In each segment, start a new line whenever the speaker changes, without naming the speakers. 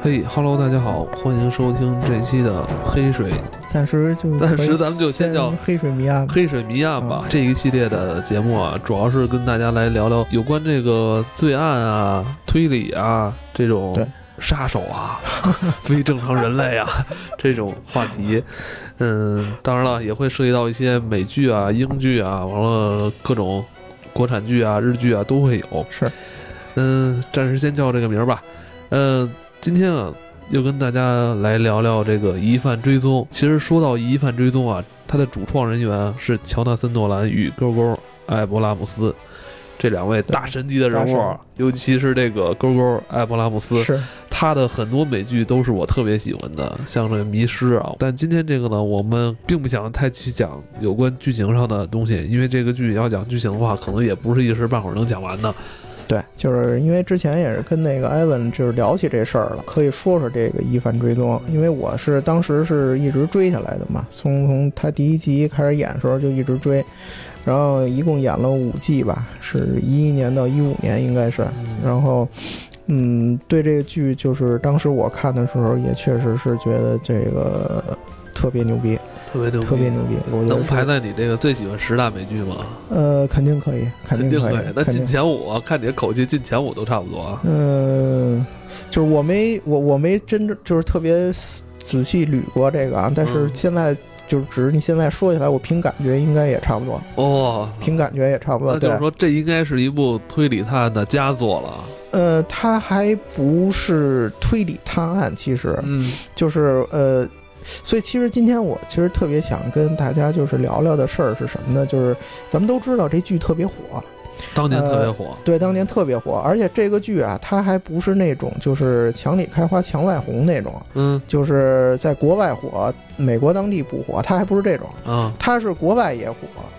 嘿哈喽，大家好，欢迎收听这期的黑水
暂时就
暂
可以
时咱们就先叫
黑水迷啊案吧。
黑水谜案吧。这一系列的节目啊，主要是跟大家来聊聊有关这个罪案啊、推理啊这种
对
杀手啊、 非正常人类啊 这种话题。嗯，当然了，也会涉及到一些美剧啊、英剧啊，完了各种国产剧啊、日剧啊都会有。
是，
嗯，暂时先叫这个名儿吧。嗯，今天啊，又跟大家来聊聊这个疑犯追踪。其实说到疑犯追踪啊，它的主创人员是乔纳森·诺兰与勾勾艾伯拉姆斯这两位大神级的人物啊，尤其是这个勾勾艾伯拉姆斯，
是
他的很多美剧都是我特别喜欢的，像这个《迷失》啊。但今天这个呢，我们并不想太去讲有关剧情上的东西，因为这个剧要讲剧情的话，可能也不是一时半会儿能讲完的。
对，就是因为之前也是跟那个艾文就是聊起这事儿了，可以说说这个疑犯追踪，因为我是当时是一直追下来的嘛，从从他第一集开始演的时候就一直追，然后一共演了五季吧，是一一年到一五年应该是，然后。嗯，对这个剧，就是当时我看的时候，也确实是觉得这个特别牛逼，
特别牛逼，
特别牛逼。我觉得
能
是
排在你这个最喜欢十大美剧吗？
呃，肯定可以，肯定可以，
那
肯
进
定。
前五啊，看你的口气，进前五都差不多啊。
嗯，就是我没我我没真正就是特别仔细捋过这个啊，但是
嗯
现在就是只是你现在说起来，我凭感觉应该也差不多，
哦，
凭感觉也差不多。
那就是
对，
说这应该是一部推理探案的佳作了。
呃，它还不是推理探案，其实
嗯，
就是呃。所以其实今天我其实特别想跟大家就是聊聊的事儿是什么呢？就是咱们都知道这剧特别火，
当年特别
呃
火。
对，当年特别火，而且这个剧啊，它还不是那种就是墙里开花墙外红那种，
嗯
就是在国外火，美国当地不火，它还不是这种，
啊
它是国外也火，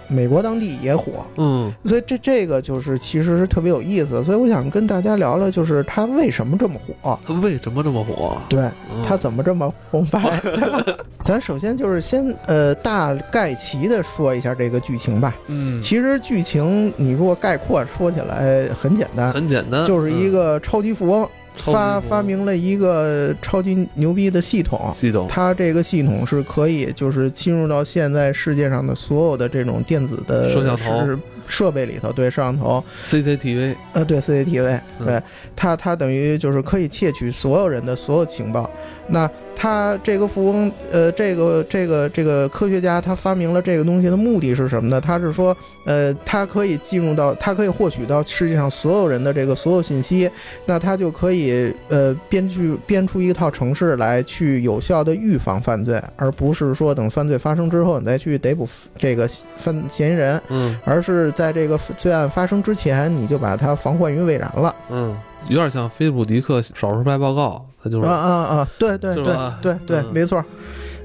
美国当地也火，
嗯
所以这这个就是其实是特别有意思的，所以我想跟大家聊聊，就是它为什么这么火。
他为什么这么火？
对
嗯
它怎么这么红白？ 咱首先就是先呃大概齐的说一下这个剧情吧。
嗯，
其实剧情你如果概括说起来很简单，
嗯很简单，
就是一个嗯超级富翁，
嗯
发发明了一个超级牛逼的系统。
系统，
它这个系统是可以，就是侵入到现在世界上的所有的这种电子的
摄像头
是设备里头，对摄像头，
CCTV，
呃，对 CCTV，
嗯
对它它等于就是可以窃取所有人的所有情报。那他这个富翁，呃，这个这个这个科学家他发明了这个东西的目的是什么呢？他是说，呃，他可以进入到，他可以获取到世界上所有人的这个所有信息，那他就可以呃编去编出一套程式来去有效的预防犯罪，而不是说等犯罪发生之后你再去逮捕这个犯嫌疑人。
嗯
而是在这个罪案发生之前，你就把它防患于未然了。
嗯，有点像菲普迪克少数派报告，他就是
啊啊啊！对对
是
对
吧
对对，
嗯
没错。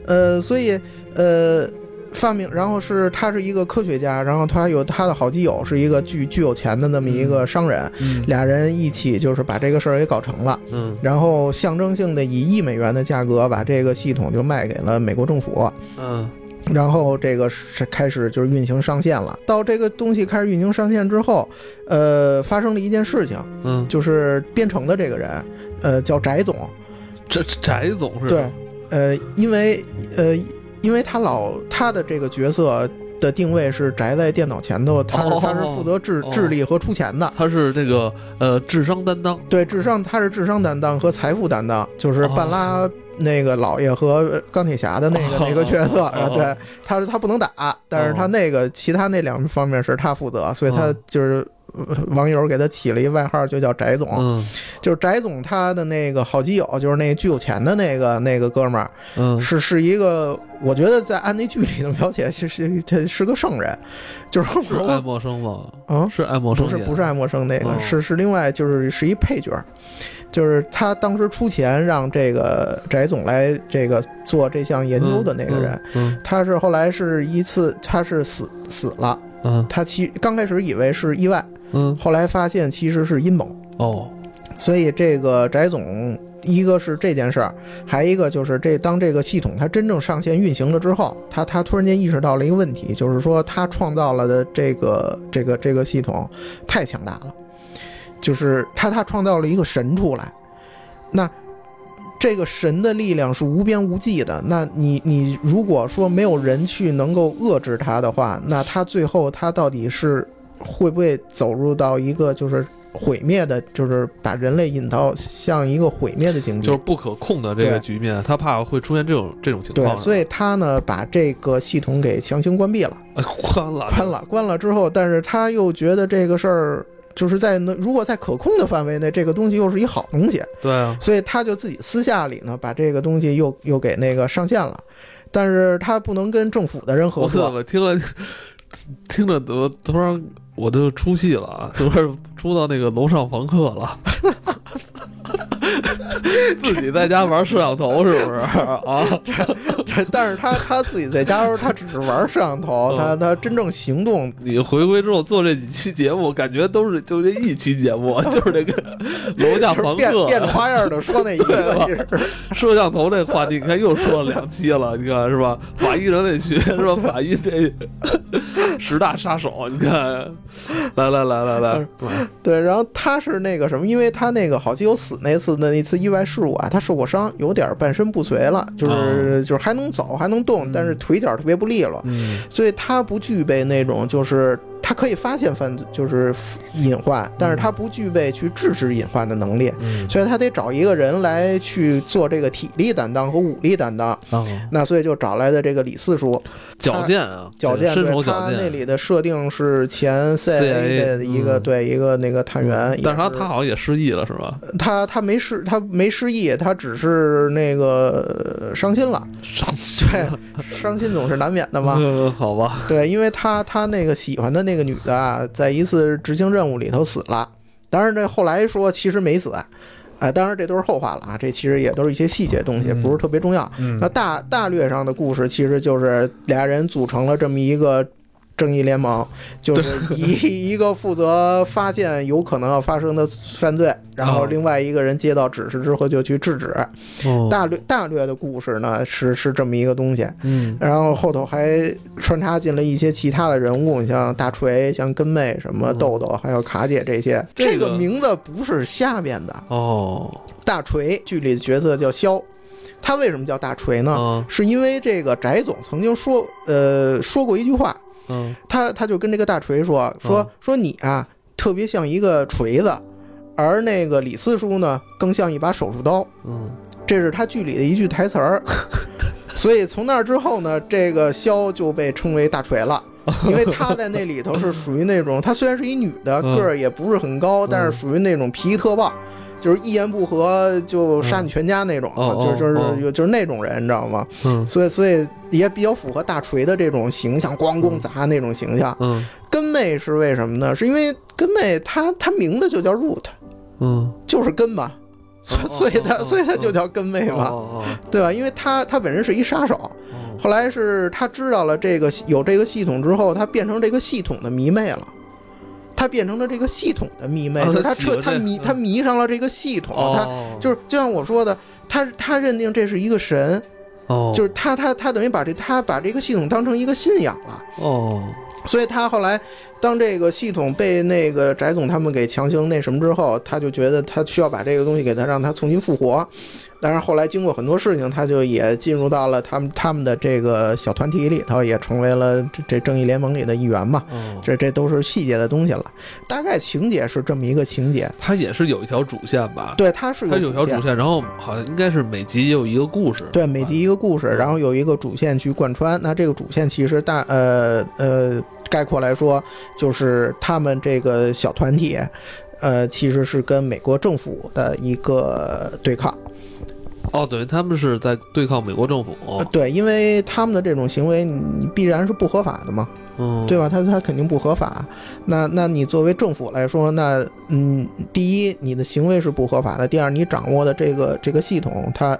呃，所以呃，发明，然后是他是一个科学家，然后他有他的好基友是一个巨巨有钱的那么一个商人，
嗯
俩人一起就是把这个事儿给搞成了，
嗯
然后象征性的以一美元的价格把这个系统就卖给了美国政府。
嗯
然后这个是开始就是运行上线了。到这个东西开始运行上线之后，呃，发生了一件事情，
嗯，
就是编程的这个人，呃，叫翟总，
这这翟总是
对，呃，因为呃，因为他老他的这个角色的定位是宅在电脑前头，他是、他是负责智
哦
智力和出钱的。
他是这个呃智商担当，
对，智商他是智商担当和财富担当，就是
哦
半拉那个老爷和钢铁侠的那个、
哦
那个角色。
哦哦
对，他是他不能打，但是他那个、其他那两方面是他负责，所以他
嗯
就是、呃网友给他起了一外号，就叫翟总。
嗯
就是翟总他的那个好基友，就是那巨有钱的那个那个哥们儿，
嗯
是是一个，我觉得在按那剧里的描写是是他是个圣人， 就是
是爱默生吗？
啊，
是爱默生
不
演
是
的，
不是爱默生那个，
哦
是是另外就是是一配角儿，就是他当时出钱让这个翟总来这个做这项研究的那个人。
嗯，
他是后来是一次，他是死死了。
嗯
他其刚开始以为是意外，
嗯
后来发现其实是阴谋。
嗯，哦，
所以这个翟总，一个是这件事儿，还一个就是这当这个系统它真正上线运行了之后，他他突然间意识到了一个问题，就是说他创造了的这个这个这个系统太强大了，就是他他创造了一个神出来，那。这个神的力量是无边无际的。那你你如果说没有人去能够遏制它的话，那它最后它到底是会不会走入到一个就是毁灭的，就是把人类引到像一个毁灭的境地？
就是不可控的这个
嗯对
局面，他怕会出现这种这种情
对
况，，
所
以
以他呢把这个系统给强行关闭了，
关啊了，
关了，关了之后，但是他又觉得这个事儿就是在能如果在可控的范围内，这个东西又是一好东西，
对啊，
所以他就自己私下里呢把这个东西 又又给那个上线了，但是他不能跟政府的人合
我
作，
我听了听着都突然我就出戏了啊， 突然出到那个楼上房客了， 自己在家玩摄像头是不是啊？
但是他他自己在家的时候他只是玩摄像
嗯
头，他他真正行动
你回归之后做这几期节目，感觉都是就这一期节目， 就是这个楼下
就是
房
变变着
客啊
花样的说那一个
对
劲儿。
摄像头这话题，你看又说了两期了，你看是吧？法医人类学是吧？法医这十大杀手，你看，来来来来来，
嗯对，然后他是那个什么，因为他那个好基友死那次的那次意外事故啊，他受过伤，有点半身不遂了，就是、
哦
就是还能走还能动
嗯，
但是腿脚特别不利落，
嗯
所以他不具备那种就是他可以发现犯罪就是隐患，但是他不具备去制止隐患的能力。
嗯
所以他得找一个人来去做这个体力担当和武力担当，
啊，
那所以就找来的这个李四叔，
矫健啊，
矫健，
身手
对
矫
他那
健，
里的设定是前
CIA
CIA 的一个、
嗯
对一个那个探员，
但是他
也呃
他好像也失忆了是吧？
他他没失他没失忆，他只是那个呃伤心了，
上
对，伤心总是难免 的嘛。
嗯，好吧，
对，因为他他那个喜欢的那个女的啊，在一次执行任务里头死了，当然这后来说其实没死，啊、当然这都是后话了啊，这其实也都是一些细节东西，
嗯
不是特别重要。
嗯
那大大略上的故事其实就是俩人组成了这么一个。正义 联盟就是一一个负责发现有可能要发生的犯罪，然后
哦
另外一个人接到指示之后就去制止。
哦，
大略大略的故事呢是是这么一个东西，
嗯
然后后头还穿插进了一些其他的人物，你像大锤、像根妹、什么
嗯
豆豆，还有卡姐这些。
这
这
个
个名字不是瞎编的，
哦，
大锤剧里的角色叫肖，他为什么叫大锤呢？
嗯
是因为这个翟总曾经说，呃，说过一句话，
嗯，
他他就跟这个大锤说说说你啊，特别像一个锤子，而那个李四叔呢，更像一把手术刀。
嗯，
这是他剧里的一句台 词儿。所以从那之后呢，这个肖就被称为大锤 了，因为他在那里头是属于那种，她虽然是一女的，
嗯
个儿也不是很高，但是属于那种脾气特暴，就是一言不合就杀你全家那种，
嗯
啊
哦哦
就就是、
哦
有就是那种人，你知道吗？
嗯
所以所以也比较符合大锤的这种形象，咣咣砸那种形象。
嗯
根妹是为什么呢？是因为根妹她她名字就叫 Root，
嗯，
就是根嘛，
哦
所所以她
哦哦
所以她就叫根妹嘛。
哦
对吧？因为他他本身是一杀手，
哦哦
后来是他知道了这个有这个系统之后，他变成这个系统的迷妹了。他变成了这个系统的迷妹，
啊
就是
他
他
喜欢
彻他
这
迷
嗯
他迷上了这个系统，他
哦，
就是就像我说的，他他认定这是一个神，
哦，
就是他他他等于把这他把这个系统当成一个信仰了，
哦，
所以他后来当这个系统被那个翟总他们给强行那什么之后，他就觉得他需要把这个东西给他让他重新复活。但是后来经过很多事情，他就也进入到了他们他们的这个小团体里头，也成为了这这正义联盟里的一员嘛。
哦，
这这都是细节的东西了，大概情节是这么一个情节。
他也是有一条主线吧？
对，它是
它有
主
条
线
主线，然后好像应该是每集也有一个故事。
对，每集一个故事，然后有一个主线去贯穿。那这个主线其实大呃呃概括来说，就是他们这个小团体，呃，其实是跟美国政府的一个对抗。
哦，等于他们是在对抗美国政府，
呃对，因为他们的这种行为，你必然是不合法的嘛，
嗯，
对吧？他他肯定不合法。那那你作为政府来说，那嗯，第一，你的行为是不合法的；第二，你掌握的这个这个系统，它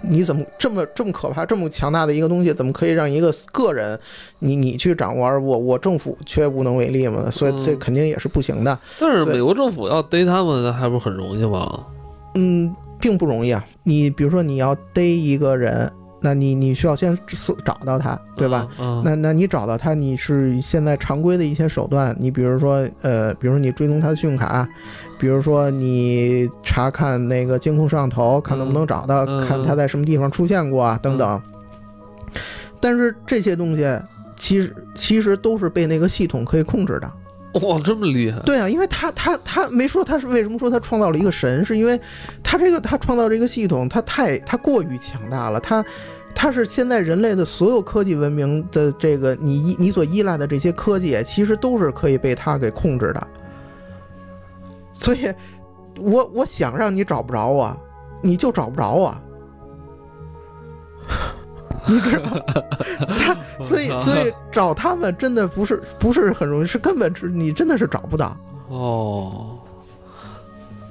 你怎么这么这么可怕、这么强大的一个东西，怎么可以让一个个人你你去掌握，而我我政府却无能为力嘛？所以这
嗯
肯定也是不行的。
但是
对
美国政府要逮他们，那还不是很容易吗？
嗯，并不容易啊。你比如说，你要逮一个人，那你你需要先搜找到他，对吧？？
嗯，
那那你找到他，你是现在常规的一些手段，你比如说，呃，比如说你追踪他的信用卡，比如说你查看那个监控摄像头，看能不能找到，
嗯嗯嗯
看他在什么地方出现过啊，等等。但是这些东西其实其实都是被那个系统可以控制的。
哇，这么厉害！
对啊，因为他他他没说他是为什么说他创造了一个神，是因为他这个他创造这个系统，他太他过于强大了，他他是现在人类的所有科技文明的这个你依你所依赖的这些科技，其实都是可以被他给控制的。所以，我我想让你找不着我，你就找不着我。 你知道，他所以所以找他们真的不是不是很容易，是根本是你真的是找不到。
哦，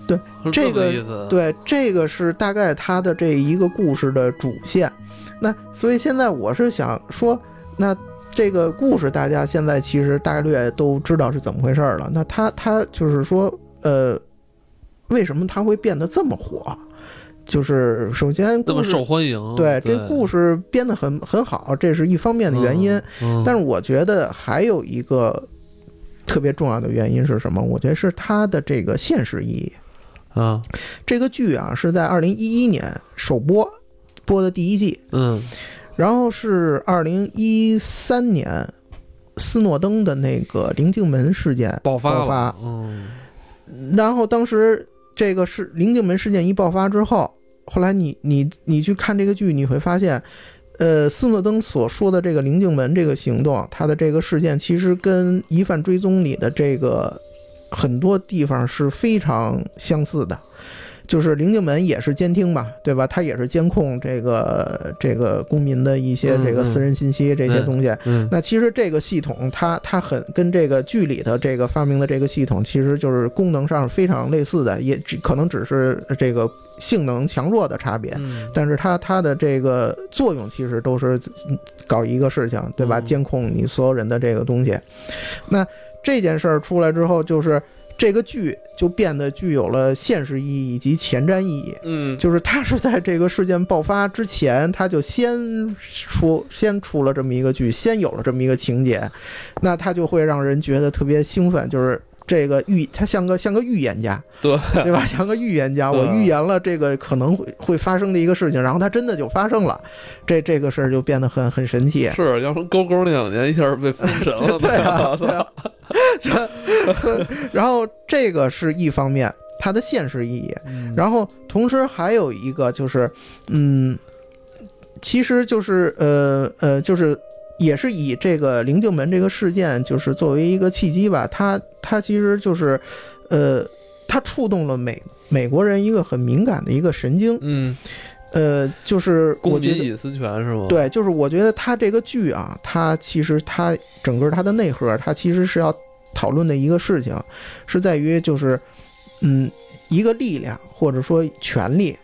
对
是
这
么
个
意思，
对，这个是大概他的这一个故事的主线。那所以现在我是想说，那这个故事大家现在其实大略都知道是怎么回事儿了。那他他就是说，呃，为什么他会变得这么火？就是首先
那
故
么
事
受欢迎，
对这故
事
事编得很很好，这是一方面的原因。，
嗯
但是我觉得还有一个特别重要的原因是什么？我觉得是它的这个现实意义。
嗯
这个剧啊是在二零一一年首播，播的第一季，
嗯
然后是二零一三年斯诺登的那个棱镜门事件
爆发
爆发
了，嗯
然后当时这个是灵镜门事件一爆发之后，后来你你你去看这个剧，你会发现，呃，斯诺登所说的这个灵镜门这个行动，他的这个事件其实跟《疑犯追踪》里的这个很多地方是非常相似的。就是灵镜门也是监听嘛，对吧？它也是监控这个这个公民的一些
嗯
这个
嗯
私人信息这些
嗯
东西，
嗯
那其实这个系统它，它很跟这个剧里的这个发明的这个系统，其实就是功能上非常类似的，也只可能只是这个性能强弱的差别。
嗯，
但是它它的这个作用其实都是嗯搞一个事情，对吧？
嗯
监控你所有人的这个东西。那这件事儿出来之后，就是这个剧就变得具有了现实意义以及前瞻意义。
嗯
就是他是在这个事件爆发之前，他就先出 先出了这么一个剧，先有了这么一个情节，那他就会让人觉得特别兴奋，就是。这个预，他像个像个预言家，
对
对吧？ 像个预言家，我
对
预言了这个可能会会发生的一个事情，然后它真的就发生了，这这个事儿就变得很很神奇。
是，要说勾勾那两年一下被封神了，
对啊，对
吧
啊。 然后这个是一方面，它的现实意义，
嗯
然后同时还有一个就是，嗯，其实就是呃呃，就是也是以这个灵镜门这个事件，就是作为一个契机吧，它它其实就是，呃，它触动了美美国人一个很敏感的一个神经，
嗯，
呃，就是我
公
觉
民
得。
隐私权是吗？，
对，就是我觉得它这个剧啊，它其实它整个它的内核，它其实是要讨论的一个事情，是在于就是，嗯，一个力量或者说权力，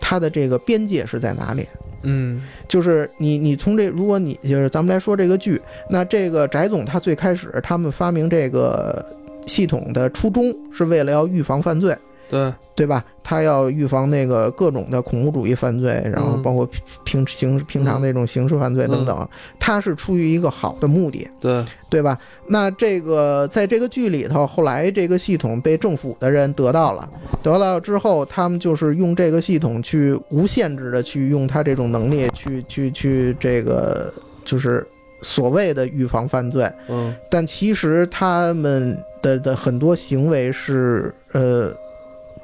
它的这个边界是在哪里？
嗯
就是你你从这，如果你就是咱们来说这个剧，那这个翟总他最开始他们发明这个系统的初衷是为了要预防犯罪，
对，
对吧？他要预防那个各种的恐怖主义犯罪，然后
嗯
包括平平刑平常那种刑事犯罪等等，他是出于一个好的目的，
对，
对吧？那这个在这个剧里头，后来这个系统被政府的人得到了，得到之后，他们就是用这个系统去无限制的去用他这种能力去去去这个就是所谓的预防犯罪，
嗯
但其实他们的的很多行为是呃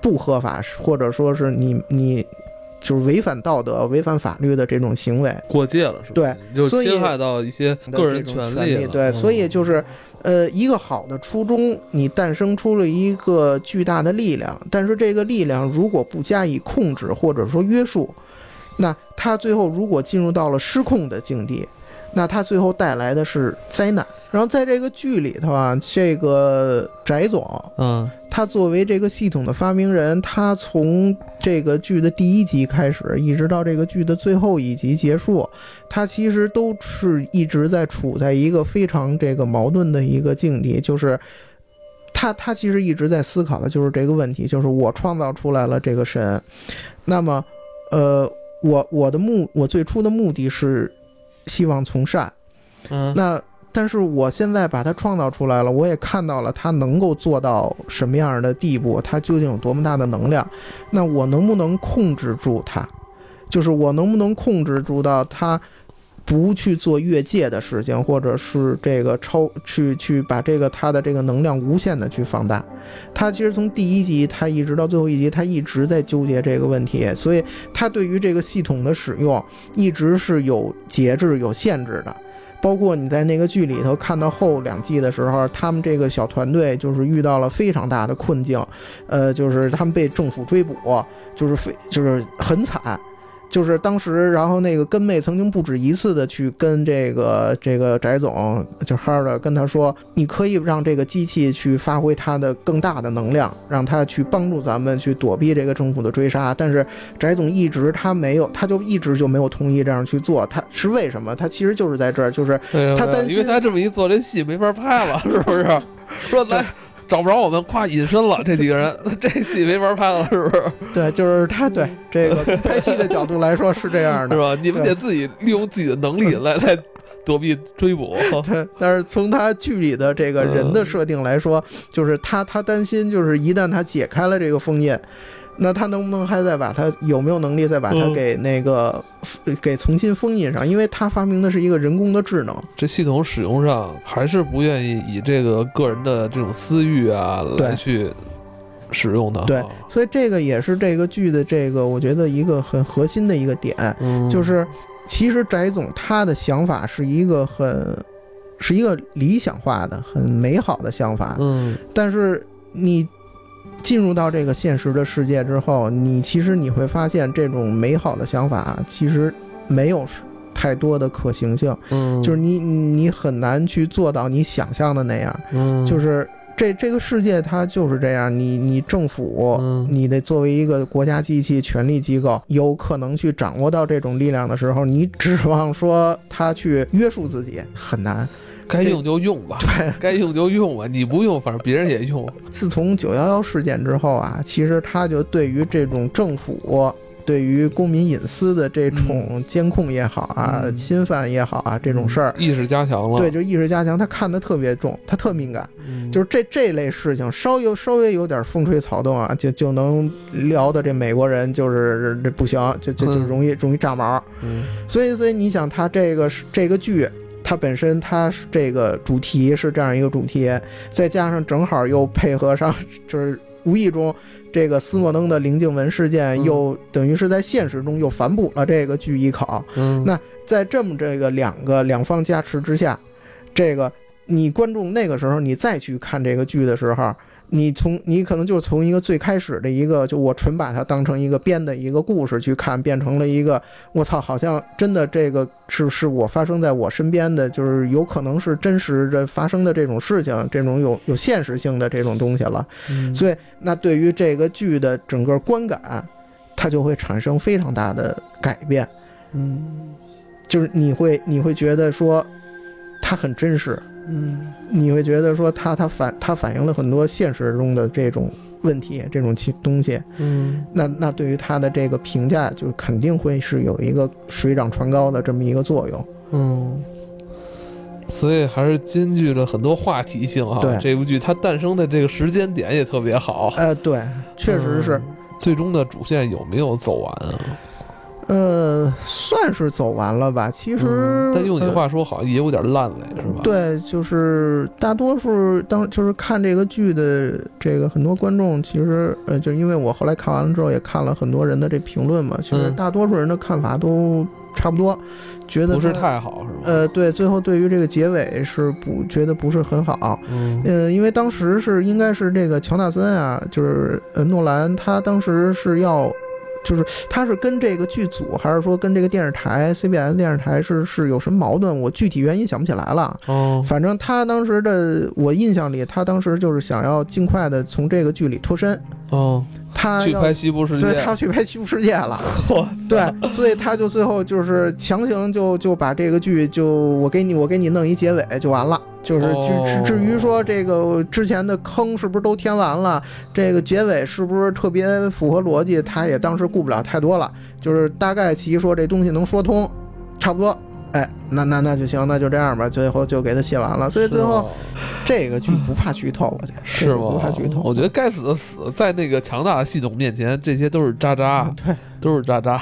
不合法，或者说是你你就是违反道德、违反法律的这种行为。
过界了是吧？
对，
就
所以
侵害到一些
的
个人
这种权
利
利
了。
对，
嗯
所以就是，呃，一个好的初衷，你诞生出了一个巨大的力量，但是这个力量如果不加以控制或者说约束，那它最后如果进入到了失控的境地，那它最后带来的是灾难。然后在这个剧里头啊，这个翟总
嗯
他作为这个系统的发明人，他从这个剧的第一集开始，一直到这个剧的最后一集结束，他其实都是一直在处在一个非常这个矛盾的一个境地，就是他他其实一直在思考的就是这个问题，就是我创造出来了这个神，那么呃，我我的目我最初的目的是希望从善，
嗯
那但是我现在把它创造出来了，我也看到了它能够做到什么样的地步，它究竟有多么大的能量，那我能不能控制住它？就是我能不能控制住到它不去做越界的事情，或者是这个超去去把这个它的这个能量无限的去放大？他其实从第一集他一直到最后一集，他一直在纠结这个问题，所以他对于这个系统的使用一直是有节制、有限制的。包括你在那个剧里头看到后两季的时候，他们这个小团队就是遇到了非常大的困境，呃，就是他们被政府追捕，就是非就是很惨。就是当时，然后那个根妹曾经不止一次的去跟这个这个翟总，就哈尔的跟他说，你可以让这个机器去发挥它的更大的能量，让它去帮助咱们去躲避这个政府的追杀。但是翟总一直他没有，他就一直就没有同意这样去做，他是为什么？他其实就是在这儿，就是他担心
因为他这么一做，这戏没法拍 了，是不是？说来找不着我们，夸隐身了，这几个 人，这戏没法拍了，是不是？
对，就是他对这个从 拍戏的角度来说是这样
嗯
的
是，吧？你们得自己利用自己的能力来来躲避追捕。
对，但是从他剧里的这个人的设定来说，就是他他担心，就是一旦他解开了这个封印，那他能不能还再把他有没有能力再把他
嗯
给那个、给重新封印上？因为他发明的是一个人工的智能，
这系统使用上还是不愿意以这个个人的这种私欲啊
对
来去使用的。
对，所以这个也是这个剧的这个我觉得一个很核心的一个点，
嗯，
就是其实翟总他的想法是一个很是一个理想化的、很美好的想法，
嗯，
但是你进入到这个现实的世界之后，你其实你会发现这种美好的想法其实没有太多的可行性，
嗯，
就是你你你很难去做到你想象的那样，
嗯，
就是。这这个世界它就是这样，你你政府，
嗯
你得作为一个国家机器、权力机构，有可能去掌握到这种力量的时候，你指望说他去约束自己很难。
该用就用吧，
对，
该用就用吧，你不用，反正别人也用。
自从九幺幺事件之后啊，其实他就对于这种政府。对于公民隐私的这种监控也好啊、
嗯
侵犯也好啊，这种事儿，
意识加强了，
对，，就意识加强，他看得特别重，他特敏感，
嗯、
就是这这类事情，稍有稍微有点风吹草动啊，就就能聊的这美国人就是这不行，就就就
嗯
容易容易炸毛。
嗯
所以，所以你想，它这个是这个剧，它本身它是这个主题是这样一个主题，再加上正好又配合上，就是无意中这个斯诺登的棱镜门事件
嗯
又，等于是在现实中又反哺了这个剧一口。
嗯，
那在这么这个两个两方加持之下，这个你观众那个时候你再去看这个剧的时候，你从你可能就从一个最开始的一个就我纯把它当成一个编的一个故事去看，变成了一个我操，好像真的这个是是我发生在我身边的，就是有可能是真实的发生的这种事情，这种有有现实性的这种东西了。
嗯
所以，那对于这个剧的整个观感，它就会产生非常大的改变。
嗯
就是你会你会觉得说，它很真实，
嗯
你会觉得说它它反它反映了很多现实中的这种问题这种其东西，
嗯
那那对于它的这个评价就肯定会是有一个水涨船高的这么一个作用。
嗯，所以还是兼具了很多话题性哈。
对
这部剧它诞生的这个时间点也特别好，
呃，对，确实是，
嗯最终的主线有没有走完啊？
呃，算是走完了吧。其实，
嗯但用你
呃
的话说，好像也有点烂尾，是吧？，
对，就是大多数当就是看这个剧的这个很多观众，其实呃，就因为我后来看完了之后，也看了很多人的这评论嘛，其实
嗯
大多数人的看法都差不多，觉得
不是
它
太好，是吧？
呃，对，最后对于这个结尾是不觉得不是很好。
嗯
呃，因为当时是应该是这个乔纳森啊，就是呃诺兰，他当时是要，就是他是跟这个剧组，还是说跟这个电视台 CBS 电视台是是有什么矛盾？我具体原因想不起来了。
哦，
反正他当时的，我印象里，他当时就是想要尽快的从这个剧里脱身，
哦，
呃他
去
要
拍《西部世界
对》，他去拍《西部世界》了，
哇
对，所以他就最后就是强行就就把这个剧就我给你我给你弄一结尾就完了，就是
哦
至至至于说这个之前的坑是不是都填完了，这个结尾是不是特别符合逻辑，他也当时顾不了太多了，就是大概其说这东西能说通，差不多。哎，那那那就行，那就这样吧，最后就给他写完了。所以最
哦
后这个剧不怕剧透，我觉得
嗯是
这
吗？
个不怕
是
剧
吗
透。
我觉得该死的死，在那个强大的系统面前，这些都是渣渣
嗯，对，
都是渣渣。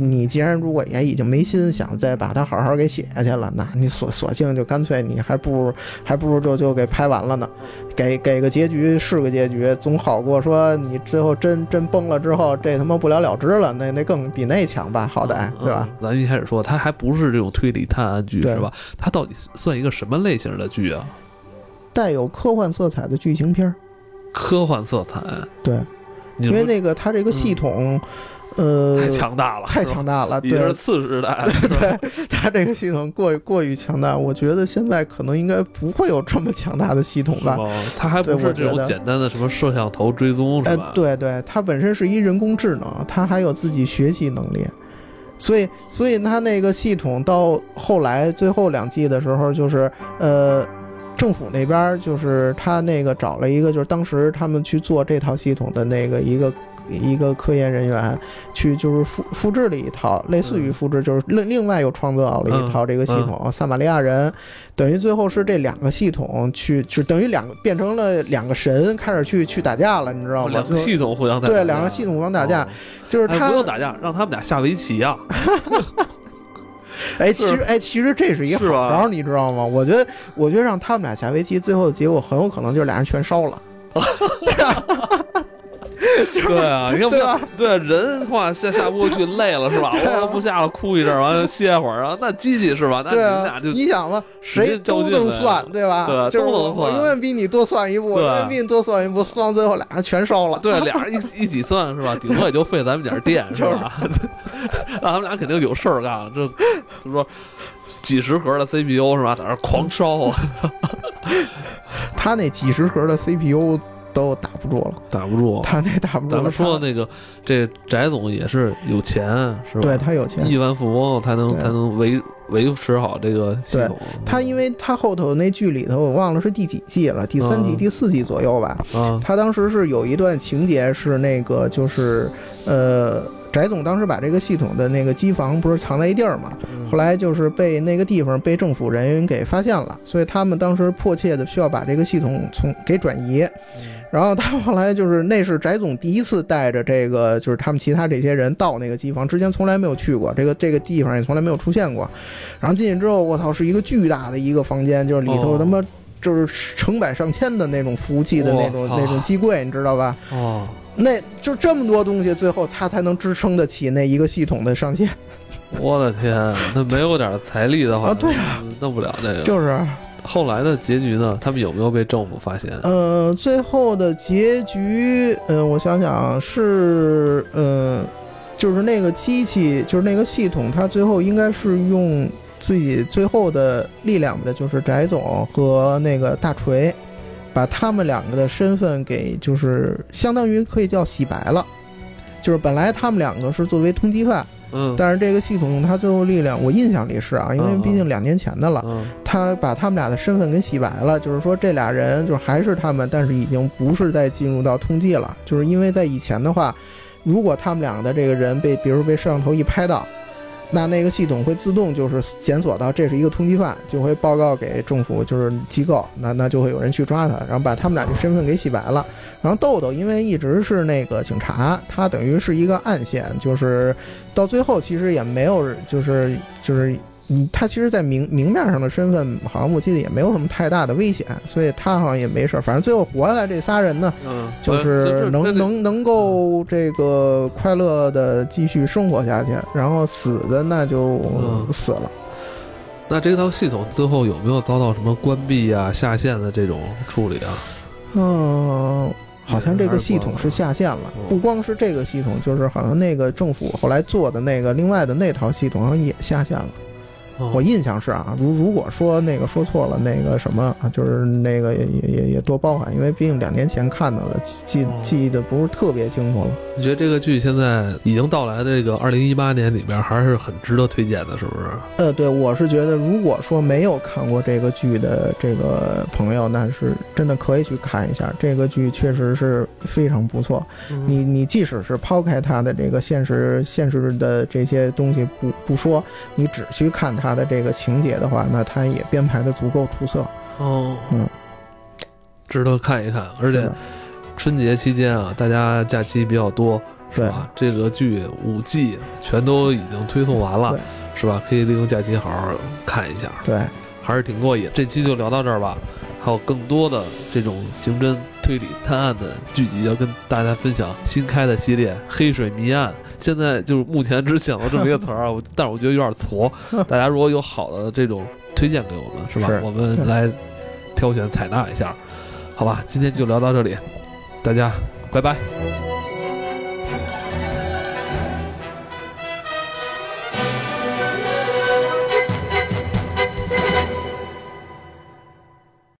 你既然如果也已经没心想再把它好好给写下去了，那你索索性就干脆你还不如还不如就就给拍完了呢，给给个结局是个结局，总好过说你最后真真崩了之后这他妈不了了之了，那那更比那强吧，好歹
嗯
对吧？？
嗯咱一开始说，它还不是这种推理探案剧
对
是吧？它到底算一个什么类型的剧啊？
带有科幻色彩的剧情片儿，
科幻色彩，
对，
你
因为
说
那个它这个系统，呃，
太强大了，
太
是吧
强，大了，
已经
对
是，次时 代了，是吧
它这个系统过于过于强大，我觉得现在可能应该不会有这么强大的系统
是
吧。
吧？它还
对
不是
我
这
觉
种
得
简单的什么摄像头追踪是
呃
吧？，
对对，它本身是一人工智能，它还有自己学习能力，所以所以它那个系统到后来最后两季的时候，就是呃，政府那边儿就是他那个找了一个，就是当时他们去做这套系统的那个一个。一个科研人员去就是复复制了一套，类似于
嗯
复制，就是另另外又创造了一套这个系统。啊撒玛利亚人等于最后是这两个系统去，就等于两个变成了两个神开始去去打架了，你知道吗？
哦两个
就
系统互相打架，
对两个系统互相打架
哦，
就是
哎，
他
不用打架，让他们俩下围棋啊，
哎，其实哎，其实这是一个
是
好招
吧？
儿，你知道吗？我觉得，我觉得让他们俩下围棋，最后的结果很有可能就是俩人全烧了。
对 啊，你看不
对吧
像对啊人的话下下不过去，累了是吧？
对啊
我不下了，哭一阵儿，完了歇会儿，然后那机器是吧？那你
对
们
啊
俩，就
你想吧，谁
劲较
都
劲
能
呗
算，对吧？
对啊
就是
都能
我，我
算
永远比你多算一步，我
对
永
啊
远比你多算一步，算到最后俩人全烧了。
对，俩人一一起算 是吧？顶多也就费咱们点儿电是吧？ 让他们俩肯定有事儿干，这就说几十核的 CPU 是吧？在那儿狂烧啊，
他那几十核的 CPU 都打不住了，
打不住。
他那打不住
哦
了。
咱们说
他
的那个，这翟总也是有钱是吧？
对他有钱，
亿万富翁才能
对
才能维维持好这个系统。
他因为他后头那剧里头我忘了是第几季了，第三季、
嗯
第四季左右吧。
啊，
他当时是有一段情节是那个就是呃。翟总当时把这个系统的那个机房不是藏在一地儿嘛，
嗯
后来就是被那个地方被政府人员给发现了，所以他们当时迫切的需要把这个系统从给转移。
嗯
然后他后来就是那是翟总第一次带着这个就是他们其他这些人到那个机房，之前从来没有去过，这个这个地方也从来没有出现过。然后进去之后，我操，是一个巨大的一个房间，就是里
哦
头他妈就是成百上千的那种服务器的那种
我操
那种机柜，你知道吧？
哦，
那就这么多东西，最后它才能支撑得起那一个系统的上限
我的天，啊那没有点财力的话，嗯
啊！对啊，
弄不了这个。
就是啊
后来的结局呢？他们有没有被政府发现？
呃，最后的结局，呃，我想想啊是，呃，就是那个机器，就是那个系统，它最后应该是用自己最后的力量的，就是翟总和那个大锤，把他们两个的身份给，就是相当于可以叫洗白了。就是本来他们两个是作为通缉犯，
嗯，
但是这个系统用它最后力量，我印象里是啊，因为
嗯嗯
毕竟两年前的了，
嗯，
他把他们俩的身份给洗白了，就是说这俩人就是还是他们，但是已经不是再进入到通缉了，就是因为在以前的话，如果他们俩的这个人被，比如被摄像头一拍到，那那个系统会自动就是检索到这是一个通缉犯，就会报告给政府就是机构，那那就会有人去抓他，然后把他们俩这身份给洗白了。然后豆豆因为一直是那个警察，他等于是一个暗线，就是到最后其实也没有就是就是你嗯他其实，在明明面上的身份，好像我记得也没有什么太大的危险，所以他好像也没事儿。反正最后活下来这仨人呢，
嗯，
呃就是能能能够这个快乐的继续生活下去，然后死的那就
嗯
死了。
那这套系统最后有没有遭到什么关闭啊、下线的这种处理啊？
嗯，好像这个系统是下线了
嗯，
不光是这个系统，就是好像那个政府后来做的那个另外的那套系统好像也下线了。
哦
我印象是啊，如如果说那个说错了，那个什么，啊，就是那个也也也也多包涵，因为毕竟两年前看到了，记
哦
记得不是特别清楚了。
你觉得这个剧现在已经到来的这个二零一八年里边，还是很值得推荐的，是不是？
呃，对，我是觉得，如果说没有看过这个剧的这个朋友，那是真的可以去看一下，这个剧确实是非常不错。你你即使是抛开它的这个现实现实的这些东西不不说，你只去看它的这个情节的话，那它也编排的足够出色。
哦，
嗯，
值得看一看。而
是
且
的
春节期间啊，大家假期比较多，是
对
吧？这个剧五季全都已经推送完了
对，
是吧？可以利用假期好好看一下，
对，
还是挺过瘾。这期就聊到这儿吧。还有更多的这种刑侦、推理、探案的剧集要跟大家分享。新开的系列《黑水谜案》，现在就是目前只想到这么一个词儿啊，我但是我觉得有点挫。大家如果有好的这种推荐给我们，是吧？
是
我们来挑选采纳一下，好吧？今天就聊到这里，大家拜拜。